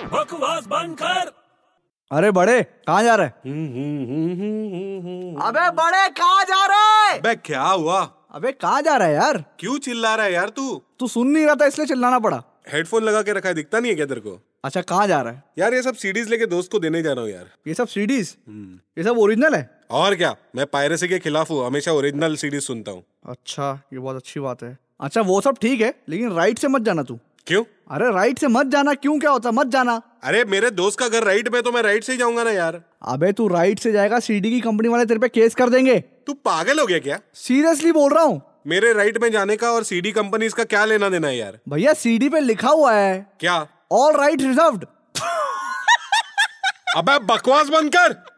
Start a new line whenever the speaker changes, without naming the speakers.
आवाज बंद कर
अरे बड़े कहाँ जा रहे अबे बड़े कहाँ जा रहे
बे क्या हुआ
अबे कहाँ जा रहा है यार
क्यों चिल्ला रहा है यार तू
तू सुन नहीं रहा था इसलिए चिल्लाना पड़ा
हेडफोन लगा के रखा है दिखता नहीं है क्या तेरे को
अच्छा कहाँ जा रहा है
यार ये सब सीडीज लेके दोस्त को देने जा रहा हूँ यार
ये सब सीडीज ये सब ओरिजिनल है
और क्या मैं पायरेसी के खिलाफ हूँ हमेशा ओरिजिनल सीडीज सुनता हूँ
अच्छा ये बहुत अच्छी बात है अच्छा वो सब ठीक है लेकिन राइट से मत जाना तू
क्यों
अरे राइट से मत जाना क्यों क्या होता मत जाना
अरे मेरे दोस्त का घर राइट में तो मैं राइट से ही जाऊंगा ना यार
अबे तू राइट से जाएगा सीडी की कंपनी वाले तेरे पे केस कर देंगे
तू पागल हो गया क्या
सीरियसली बोल रहा हूँ
मेरे राइट में जाने का और सीडी कंपनीज का क्या लेना देना है यार
भैया सीडी पे लिखा हुआ है
क्या
ऑल राइट रिजर्व्ड
अबे बकवास बंद कर